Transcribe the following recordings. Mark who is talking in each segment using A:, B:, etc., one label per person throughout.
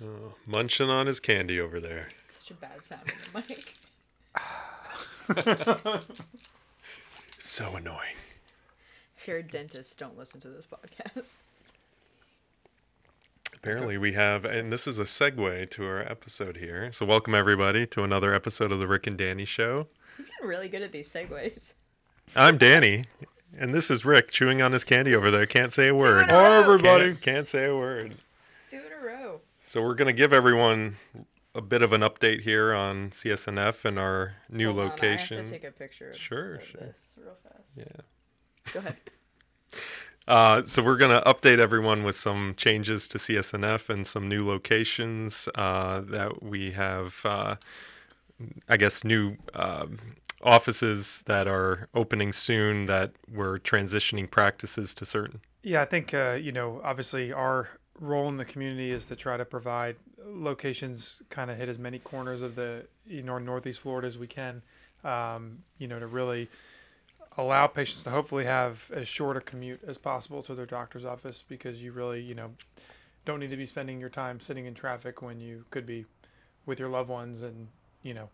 A: Uh, munching on his candy over there.
B: Such a bad sound on the mic.
A: So annoying.
B: If you're a dentist, don't listen to this podcast.
A: Apparently, we have, and this is a segue to our episode here. So, welcome everybody to another episode of the Rick and Danny Show.
B: He's getting really good at these segues.
A: I'm Danny, and this is Rick chewing on his candy over there. Can't say a word.
B: in a row.
A: Can't, can't say a word.
B: Two in a row.
A: So, we're going to give everyone a bit of an update here on CSNF and our new
B: Hold on,
A: location.
B: I have to take a picture of,
A: Sure,
B: of
A: sure.
B: this real fast.
A: Yeah.
B: Go ahead.
A: Uh, so we're going to update everyone with some changes to CSNF and some new locations uh, that we have. Uh, I guess new um, offices that are opening soon that we're transitioning practices to certain.
C: Yeah, I think uh, you know, obviously, our role in the community is to try to provide locations, kind of hit as many corners of the you know northeast Florida as we can. Um, you know, to really allow patients to hopefully have as short a commute as possible to their doctor's office because you really you know don't need to be spending your time sitting in traffic when you could be with your loved ones and you know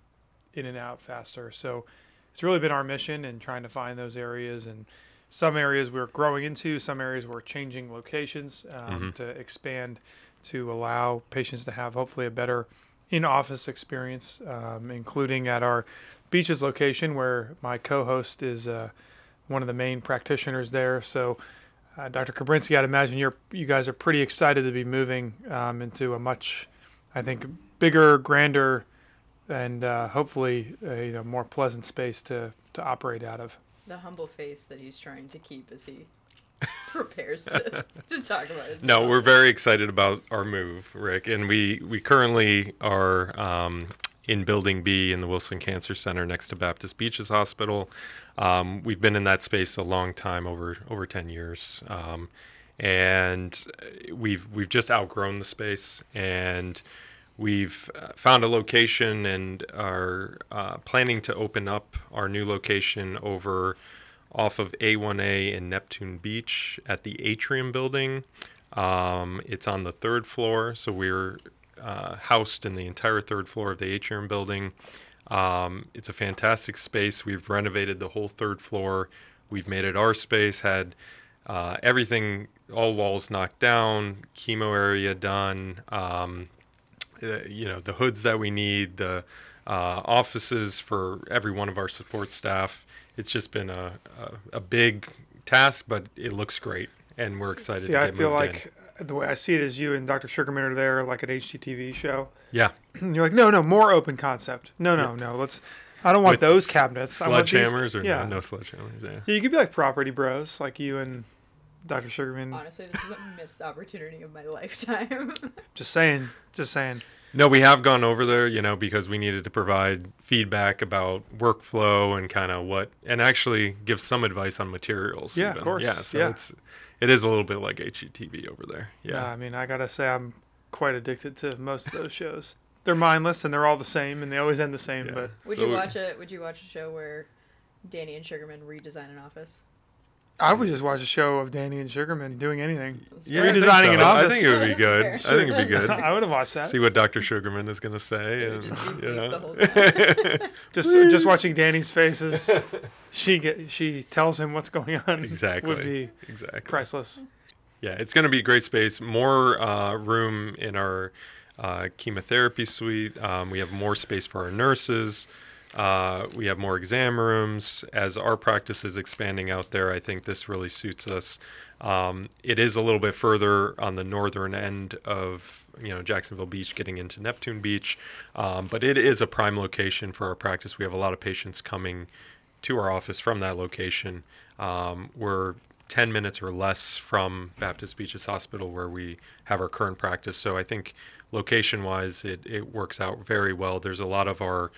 C: in and out faster. So it's really been our mission and trying to find those areas and some areas we're growing into, some areas we're changing locations um, to expand to allow patients to have hopefully a better in-office experience, um, including at our beaches location where my co-host is uh, one of the main practitioners there. So. Uh, Dr. Kabrinsky, I'd imagine you're you guys are pretty excited to be moving um, into a much, I think, bigger, grander, and uh, hopefully uh, you know more pleasant space to to operate out of.
B: The humble face that he's trying to keep as he prepares to, to talk about his.
A: No, we're very excited about our move, Rick, and we we currently are um, in Building B in the Wilson Cancer Center next to Baptist Beaches Hospital. Um, we've been in that space a long time, over over ten years, um, and uh, we've we've just outgrown the space and. We've uh, found a location and are uh, planning to open up our new location over off of A1A in Neptune Beach at the Atrium Building. Um, it's on the third floor, so we're uh, housed in the entire third floor of the Atrium Building. Um, it's a fantastic space. We've renovated the whole third floor. We've made it our space, had uh, everything, all walls knocked down, chemo area done. Um, uh, you know the hoods that we need, the uh, offices for every one of our support staff. It's just been a a, a big task, but it looks great, and we're excited.
C: See,
A: to
C: I
A: get
C: feel
A: moved in.
C: like the way I see it is you and Dr. Sugarman are there like an HGTV show.
A: yeah,
C: And you're like, no, no, more open concept. No, no, no. Let's. I don't want
A: With
C: those cabinets. I want these-
A: sledgehammers or no-
C: yeah.
A: no, sledgehammers. Yeah,
C: Yeah, you could be like property bros, like you and Dr. Sugarman.
B: Honestly, this is a missed opportunity of my lifetime.
C: Just saying, just saying.
A: no, we have gone over there, you know, because we needed to provide feedback about workflow and kind of what, and actually give some advice on materials.
C: Yeah, of
A: even.
C: course,
A: Yeah, so
C: yeah.
A: it's it is a little bit like HGTV over there.
C: Yeah.
A: Yeah,
C: I mean, I gotta say, I'm quite addicted to most of those shows. They're mindless and they're all the same, and they always end the same.
A: Yeah.
C: But
B: Would
A: So-
B: you watch a Would you watch a show where Danny and Sugarman redesign an office?
C: I would just watch a show of Danny and Sugarman doing anything.
A: Yeah, I
B: Or-
A: think
C: Redesigning an
A: I
C: office.
A: think it would be good. I think it'd be good.
C: I would have watched that.
A: See what Dr. Sugarman is gonna say.
B: It
A: And,
B: would just be
A: you
B: bleep
A: know.
B: the whole time.
C: Just just watching Danny's faces. she get she tells him what's going on.
A: Exactly.
C: Would be
A: exactly.
C: priceless.
A: Yeah, it's going to be a great space. More uh, room in our uh, chemotherapy suite. Um, we have more space for our nurses. Uh, we have more exam rooms. As our practice is expanding out there, I think this really suits us. Um, it is a little bit further on the northern end of you know Jacksonville Beach, getting into Neptune Beach, um, but it is a prime location for our practice. We have a lot of patients coming to our office from that location. Um, we're 10 minutes or less from Baptist Beaches Hospital, where we have our current practice. So I think location wise, it, it works out very well. There's a lot of our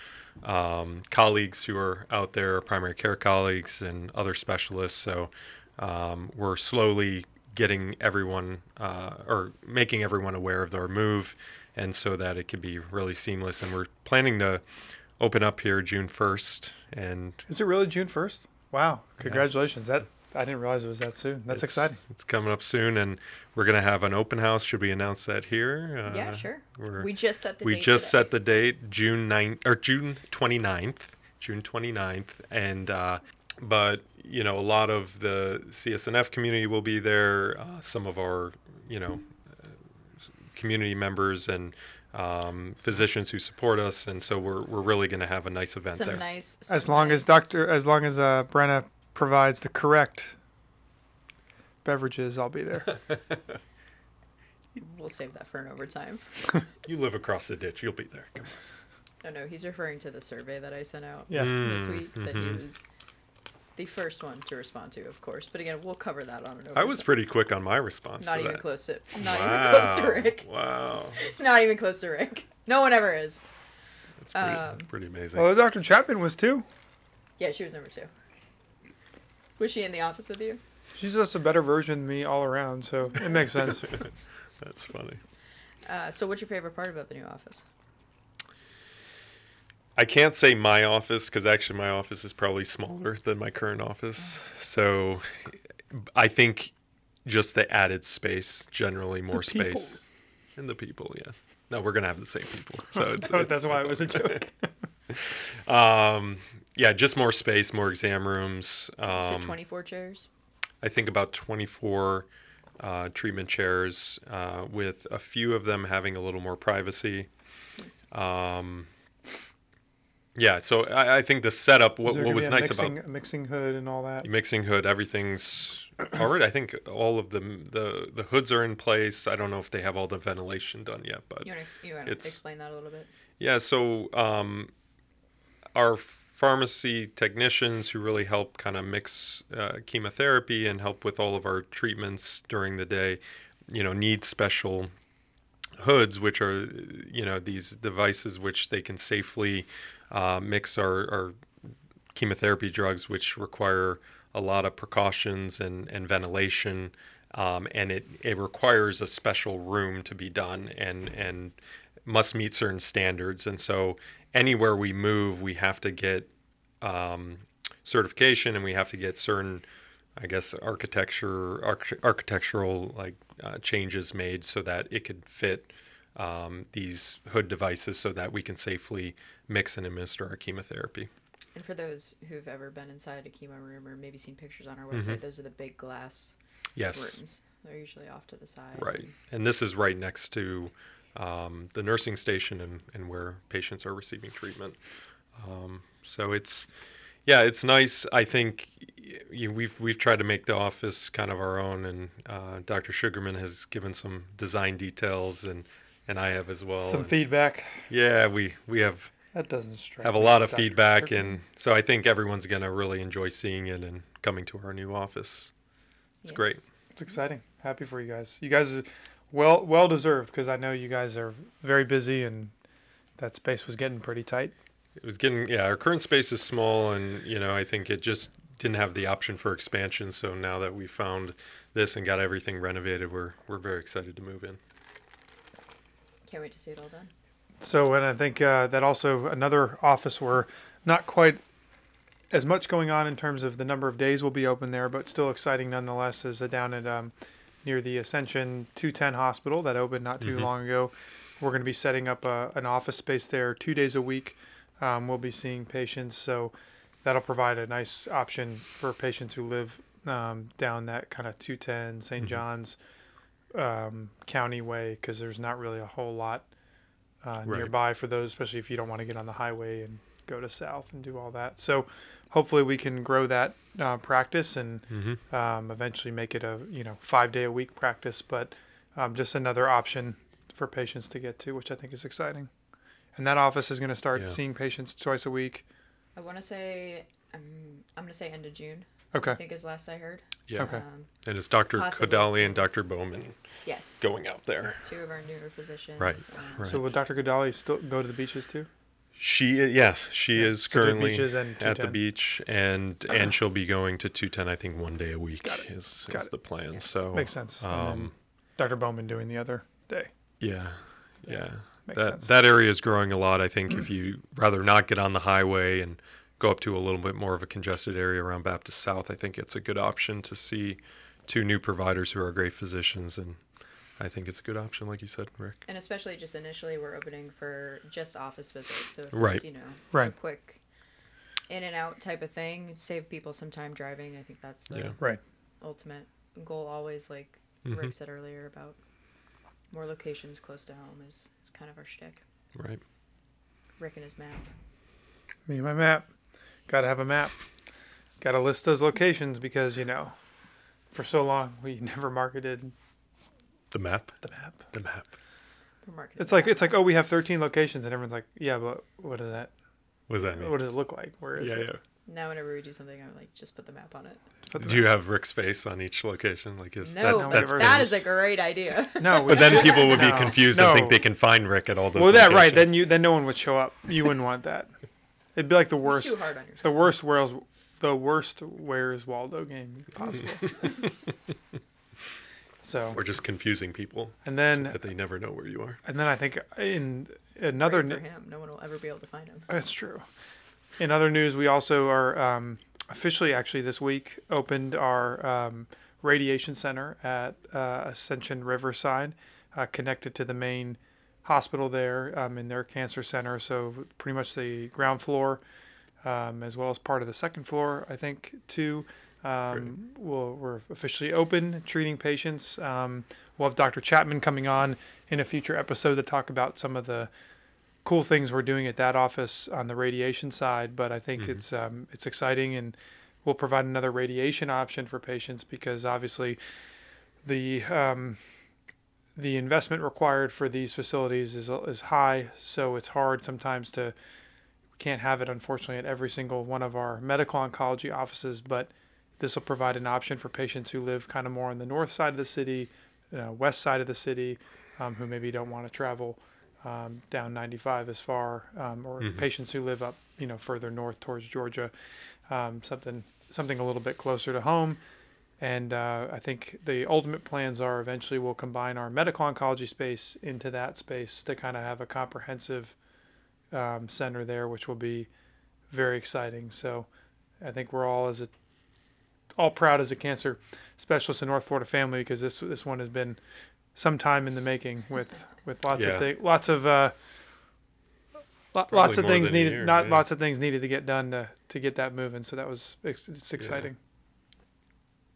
A: um, colleagues who are out there, primary care colleagues and other specialists. So um, we're slowly getting everyone uh, or making everyone aware of their move and so that it can be really seamless. And we're planning to open up here June 1st and
C: Is it really June first? Wow! Congratulations. That I didn't realize it was that soon. That's
A: It's-
C: exciting.
A: It's coming up soon, and we're gonna have an open house. Should we announce that here? Uh,
B: yeah, sure.
A: We're,
B: We just set the
A: we
B: date
A: just
B: today.
A: set the date june 9 or june 29th june 29th and uh, but you know a lot of the csnf community will be there uh, some of our you know uh, community members and um, physicians who support us and so we're, we're really going to have a nice event
B: some
A: there
B: nice.
C: As
B: some
C: long as
B: nice-
C: Doctor, as long as uh, Brenna provides the correct beverages, I'll be there.
B: We'll save that for an overtime.
A: you live across the ditch you'll be there Come on.
B: Oh no, he's referring to the survey that I sent out
C: Yeah.
B: this
A: Mm,
B: week that he
A: mhm.
B: was the first one to respond to, of course. But again, we'll cover that on an overtime.
A: i was pretty quick on my response
B: not
A: to
B: even
A: that.
B: close to not even
A: wow.
B: close to Rick.
A: wow
B: Not even close to Rick. No one ever is.
A: that's pretty,
B: Um,
A: pretty amazing
C: Well, Doctor Chapman was too.
B: Yeah, she was number two. Was she in the office with you?
C: She's just a better version than me all around, so it makes sense.
A: that's funny
B: Uh, so, what's your favorite part about the new office?
A: I can't say my office because actually my office is probably smaller than my current office. So I think just the added space, generally more
C: people.
A: space. And the people, yeah. No, we're gonna have the same people. So it's,
C: So
A: it's-
C: that's why it was
A: it's
C: a joke.
A: all- Um, yeah, just more space, more exam rooms.
B: So,
A: Um,
B: 24 chairs?
A: I think about 24 uh, treatment chairs, uh, with a few of them having a little more privacy.
B: Nice.
A: Um, yeah, so I, I think the setup,
C: Is
A: what,
C: there
A: what
C: gonna
A: was
C: be a
A: nice
C: mixing,
A: about
C: a mixing hood and all that?
A: mixing hood, everything's already. I think all of the, the the hoods are in place. I don't know if they have all the ventilation done yet, but
B: You want to ex- you wanna
A: It's-
B: explain that a little bit?
A: yeah, so um, our pharmacy technicians who really help kind of mix uh, chemotherapy and help with all of our treatments during the day, you know, need special hoods, which are, you know, these devices which they can safely uh, mix our, our chemotherapy drugs, which require a lot of precautions and, and ventilation. Um, and it, it requires a special room to be done and, and must meet certain standards. And so anywhere we move, we have to get um, certification and we have to get certain, I guess, architecture, arch- architectural like uh, changes made so that it could fit um, these hood devices so that we can safely mix and administer our chemotherapy.
B: And for those who've ever been inside a chemo room or maybe seen pictures on our website, those are the big glass
A: Mm-hmm. Yes.
B: rooms. They're usually off to the side.
A: Right. And this is right next to um, the nursing station and, and where patients are receiving treatment. Um, so it's, yeah, it's nice. I think y- you, we've, we've tried to make the office kind of our own, and uh, Dr. Sugarman has given some design details, and, and I have as well.
C: Some
A: And
C: feedback.
A: yeah, we, we have,
C: That doesn't strike.
A: have a
C: me
A: lot
C: as
A: of
C: Dr.
A: feedback,
C: Kirkman.
A: and so I think everyone's going to really enjoy seeing it and coming to our new office.
B: It's
A: great.
C: it's exciting. Happy for you guys. You guys, are well, well deserved because I know you guys are very busy and that space was getting pretty tight.
A: it was getting yeah our current space is small and you know i think it just didn't have the option for expansion so now that we found this and got everything renovated we're we're very excited to move in
B: Can't wait to see it all done.
C: So, and I think uh, that also another office where not quite as much going on in terms of the number of days we'll be open there, but still exciting nonetheless, is uh, down at um, near the Ascension 210 Hospital that opened not too
A: Mhm.
C: long ago. We're going to be setting up a, an office space there two days a week. Um, we'll be seeing patients, so that'll provide a nice option for patients who live um, down that kind of 210 saint
A: Mhm.
C: John's um, County way because there's not really a whole lot uh,
A: Right.
C: nearby for those, especially if you don't want to get on the highway and go to south and do all that. So hopefully we can grow that uh, practice and
A: mm-hmm.
C: um, eventually make it a you know five day a week practice, but um, just another option for patients to get to, which I think is exciting. And that office is going to start
A: Yeah.
C: seeing patients twice a week.
B: I want to say, um, I'm going to say end of June, I
C: Okay,
B: think is last I heard.
A: yeah
C: Okay.
B: Um,
A: and it's dr
B: Possibly
A: Kodali
B: soon.
A: and dr bowman
B: yes.
A: going out there
B: Two of our newer physicians.
A: Right,
B: um,
A: right.
C: so will Dr. Godali still go to the beaches too?
A: she uh, yeah she
C: Yeah,
A: is
C: so the
A: currently
C: beaches and
A: at the
C: 210.
A: beach and and she'll be going to 210 i think one day a week is,
C: Got
A: is the plan
B: Yeah.
A: so
C: Makes sense. And then
A: um
C: Dr. Bowman doing the other day
A: yeah
B: Yeah.
A: yeah
C: makes
A: that
C: sense. Mm.
A: that area is growing a lot. I think if you rather not get on the highway and go up to a little bit more of a congested area around Baptist South, I think it's a good option to see two new providers who are great physicians. And I think it's a good option, like you said, Rick.
B: And especially just initially, we're opening for just office visits. So if
A: Right.
B: it's, you know, a
C: Right.
B: quick in and out type of thing, save people some time driving. I think that's the
A: Yeah.
C: Right.
B: ultimate goal. Always, like
A: Mm-hmm.
B: Rick said earlier about more locations close to home is, is kind of our shtick.
A: Right.
B: Rick and his map.
C: Me and my map. Got to have a map. Got to list those locations because you know, for so long we never marketed
A: The map.
C: the map.
A: The map.
B: We're marketing
C: It's
B: the
C: like
B: map.
C: it's like oh we have 13 locations and everyone's like yeah but what does that
A: What does that mean?
C: what does it look like where is
A: Yeah,
C: it?
A: yeah.
B: now whenever we do something, I'm like, just put the map on it.
C: Put the
A: Do you have Rick's face on each location? Like, is
B: No,
A: that's,
B: but
A: that's
C: we've
B: that
C: already-
B: is a great idea.
C: No, we
A: But then people would be
C: No.
A: confused
C: No.
A: and think they can find Rick at all those.
C: Well, that right. Then
A: locations.
C: you then no one would show up. You wouldn't want that. It'd be like the worst.
B: too hard on yourself.
C: The worst where's the worst where's Waldo game possible. so
A: We're just confusing people
C: and then
A: that they never know where you are.
C: and then I think in another
B: Great
C: n-
B: for him. No one will ever be able to find him.
C: that's true. In other news, we also are um, officially actually this week opened our um, radiation center at uh, Ascension Riverside, uh, connected to the main hospital there um, in their cancer center. So pretty much the ground floor, um, as well as part of the second floor, I think too. Um, we'll, we're officially open, treating patients. Um, we'll have Dr. Chapman coming on in a future episode to talk about some of the cool things we're doing at that office on the radiation side. But I think it's um, it's exciting, and we'll provide another radiation option for patients because obviously the um, the investment required for these facilities is is high, so it's hard sometimes to we can't have it unfortunately at every single one of our medical oncology offices, but this will provide an option for patients who live kind of more on the north side of the city, uh, west side of the city, um, who maybe don't want to travel um, down 95 as far, um, or patients who live up, you know, further north towards Georgia, um, something something a little bit closer to home. And uh, I think the ultimate plans are eventually we'll combine our medical oncology space into that space to kind of have a comprehensive um, center there, which will be very exciting. So I think we're all as a all proud as a cancer specialist in North Florida family because this this one has been some time in the making with with lots
A: Yeah.
C: of thi- lots of uh, lo-
A: Probably
C: lots of
A: more
C: things
A: than a
C: needed
A: year,
C: not
A: yeah.
C: lots of things needed to get done to to get that moving. So that was ex- it's exciting.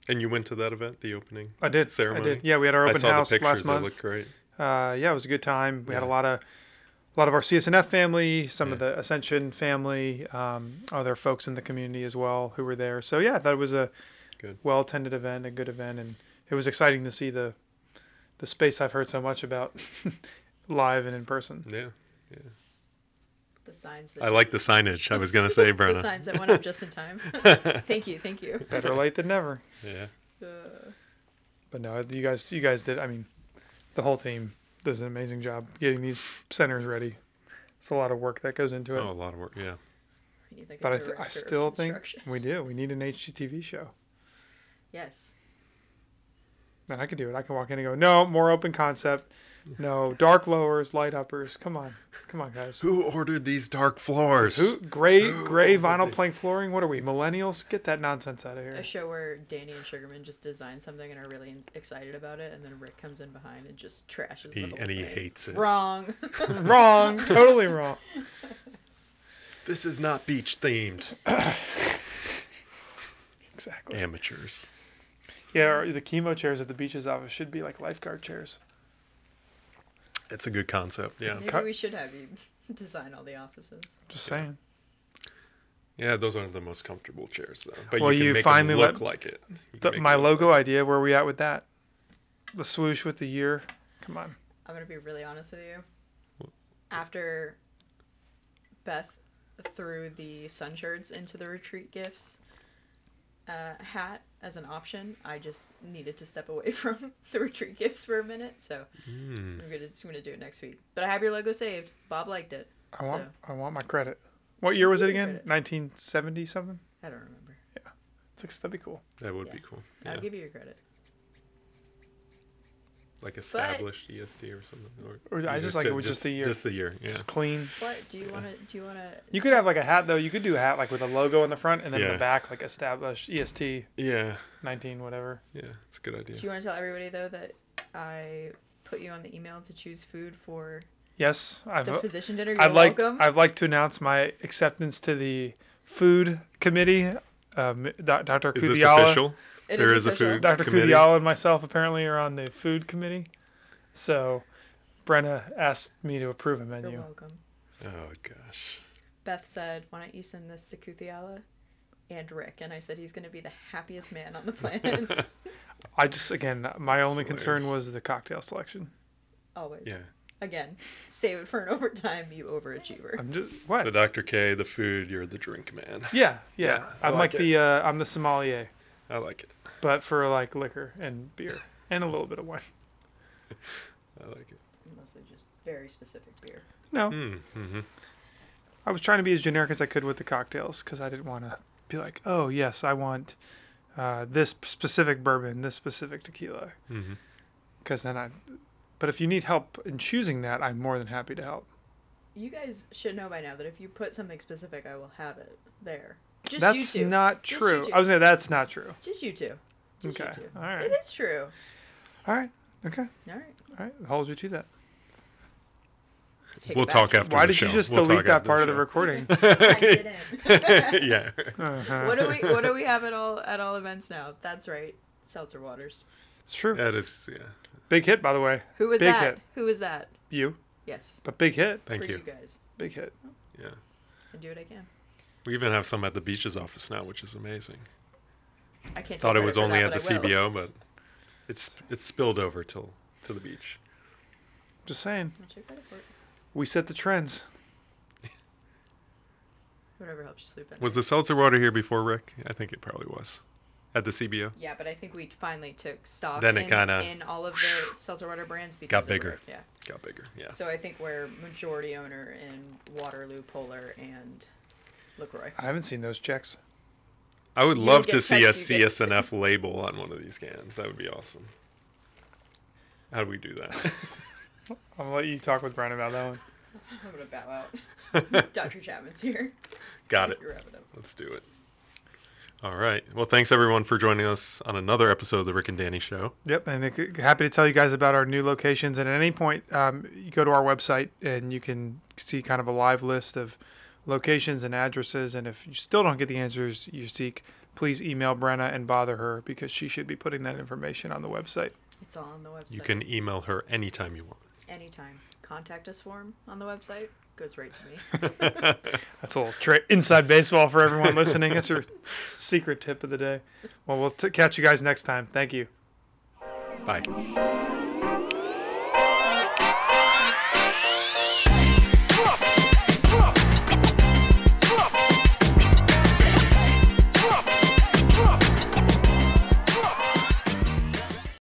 A: And you went to that event, the opening.
C: I did.
A: Ceremony?
C: I did. Yeah, we had our
A: I
C: open
A: saw
C: house
A: the pictures.
C: last month.
A: It looked great.
C: Uh, yeah, it was a good time. We had a
A: Yeah.
C: lot of a lot of our CSNF family, some of
A: Yeah.
C: the Ascension family, um, other folks in the community as well who were there. So yeah, that was a
A: Good.
C: well attended event, a good event, and it was exciting to see the the space I've heard so much about live and in person.
A: Yeah.
B: The signs that
A: I like the signage. I was gonna say,
B: The
A: Brenna.
B: signs that went up just in time. thank you, thank you.
C: Better late than never.
A: Yeah.
B: Uh,
C: But no, you guys, you guys did. I mean, the whole team does an amazing job getting these centers ready. It's a lot of work that goes into it.
A: Oh, a lot of work. Yeah.
B: we need, like, a
C: But I, th-
B: director
C: I
B: of
C: still think
B: construction.
C: we do. We need an HGTV show.
B: yes.
C: And I can do it. I can walk in and go, no, more open concept. No, dark lowers, light uppers. Come on. Come on, guys.
A: Who ordered these dark floors?
C: Who? Gray, gray vinyl plank flooring. What are we, millennials? Get that nonsense out of
B: A
C: here.
B: show where Danny and Sugarman just design something and are really in- excited about it, and then Rick comes in behind and just trashes
A: He,
B: the whole
A: and he
B: thing.
A: hates it.
B: Wrong.
C: wrong. Totally wrong.
A: This is not beach themed.
C: Exactly.
A: Amateurs.
C: Yeah, or the chemo chairs at the beaches office should be like lifeguard chairs.
A: It's a good concept. Yeah.
B: Maybe
C: Cut.
B: we should have you design all the offices.
C: Just saying.
A: Yeah, those aren't the most comfortable chairs though. But
C: Well,
A: you, can
C: you
A: make 'em
C: finally let-
A: look like it. You can
C: The-
A: make 'em
C: my
A: look
C: logo
A: like-
C: idea, where are we at with that? The swoosh with the year. Come on.
B: I'm gonna be really honest with you. After Beth threw the sun shirts into the retreat gifts uh, hat as an option, I just needed to step away from the retreat gifts for a minute. So
A: Hmm,
B: I'm gonna just gonna do it next week. But I have your logo saved. Bob liked it.
C: I want,
B: So-
C: I want my credit. What year was it
B: Your
C: again?
B: credit.
C: 1970 something?
B: I don't remember.
C: It's like, That'd be cool.
A: That would
B: Yeah.
A: be cool.
B: I'll
A: Yeah.
B: give you your credit.
A: like established EST or something.
C: Or I
A: you
C: just like it
A: did-
C: with just the year.
A: Just the year, yeah.
C: It's clean.
B: What do you want to? Do you want to?
C: You could have like a hat though. You could do a hat like with a logo in the front and then in
A: Yeah.
C: the back like established EST
A: Yeah,
C: nineteen whatever.
A: yeah, it's a good idea.
B: Do you want to tell everybody though that I put you on the email to choose food for
C: Yes, I've
B: the physician dinner? You're
C: I'd like
B: welcome.
C: I'd like to announce my acceptance to the food committee. Um, Do- Dr.
A: Is this
C: Kudiala,
A: official?
B: It
A: there is a
B: official.
A: food-
C: Dr.
A: Committee?
C: Kudiala and myself apparently are on the food committee. So Brenna asked me to approve a
B: You're
C: menu.
B: welcome.
A: Oh gosh.
B: Beth said, "Why don't you send this to Kuthiala and Rick?" And I said, "He's going to be the happiest man on the planet,
C: I just again my only concern
A: hilarious.
C: was the cocktail selection.
B: always."
A: Yeah.
B: Again, save it for an overtime, you overachiever.
C: I'm just what?
A: So Dr. K, the food, you're the drink man.
C: yeah, yeah.
A: Yeah, I
C: I'm
A: like
C: like, the uh, I'm the sommelier,
A: I like it.
C: but for like liquor and beer and a little bit of wine.
A: I like it.
B: Mostly just very specific beer.
C: No,
A: Mm, hmm
C: I was trying to be as generic as I could with the cocktails because I didn't want to be like, oh yes, I want uh, this specific bourbon, this specific tequila,
A: hmm
C: because then I. But if you need help in choosing that, I'm more than happy to help.
B: You guys should know by now that if you put something specific, I will have it there. Just
C: that's
B: you two.
C: not
B: Just you
C: true.
B: two.
C: I was gonna. That's not true.
B: Just you two. Just
C: Okay,
B: you two.
C: all right.
B: It is true.
C: All right. Okay.
B: All right.
C: All right. I'll hold you to that.
B: Take
A: We'll
B: it back.
A: talk after
C: Why
A: the
C: did
A: show.
C: you just
A: We'll talk
C: delete that
A: after
C: part of the
A: show.
C: recording?
B: I didn't.
A: yeah.
C: Uh-huh.
B: what do we What do we have at all at all events now? That's right, seltzer waters.
C: It's true.
A: That is yeah.
C: Big hit, by the way.
B: Who was
C: Big
B: that?
C: hit.
B: Who was that?
C: You,
B: Yes,
C: but big hit.
A: Thank
B: for
A: you.
B: you. guys.
C: Big hit.
A: Yeah.
B: I do what I can.
A: We even have some at the beaches office now, which is amazing.
B: I can't.
A: Thought
B: take
A: it was
B: credit for
A: only
B: that,
A: at the
B: but I will.
A: CBO, but it's it's spilled over till to the beach.
C: Just saying.
B: I'll take credit for it.
C: We set the trends.
B: Whatever helps you sleep at
A: Was
B: night.
A: the seltzer water here before Rick? I think it probably was at the CBO.
B: Yeah, but I think we finally took stock.
A: Then it
B: in,
A: kinda-
B: in all of the seltzer water brands because of
A: bigger.
B: Rick, Yeah.
A: Got bigger. Yeah.
B: So I think we're majority owner in Waterloo, Polar, and Lacroix.
C: I haven't seen those checks.
A: I would
B: You
A: love
B: get
A: to see a
B: touched, you get-
A: CSNF label on one of these cans. That would be awesome. How do we do
C: I'm gonna let you talk with Brian about that one.
B: I'm gonna bow out.
A: that?
B: Dr. Chapman's here.
A: Got it.
B: You wrap it up.
A: Let's do it. All right. Well, thanks everyone for joining us on another episode of the Rick and Danny Show.
C: Yep, and it- it- happy to tell you guys about our new locations. And at any point, um, you go to our website and you can see kind of a live list of locations and addresses. And if you still don't get the answers you seek, please email Brenna and bother her because she should be putting that information on the website.
B: It's all on the website.
A: You can email her anytime you want.
B: anytime. Contact us form on the website goes right to me.
C: That's a little tra- inside baseball for everyone listening. That's your secret tip of the day. Well, we'll t- catch you guys next time. Thank you.
A: Bye.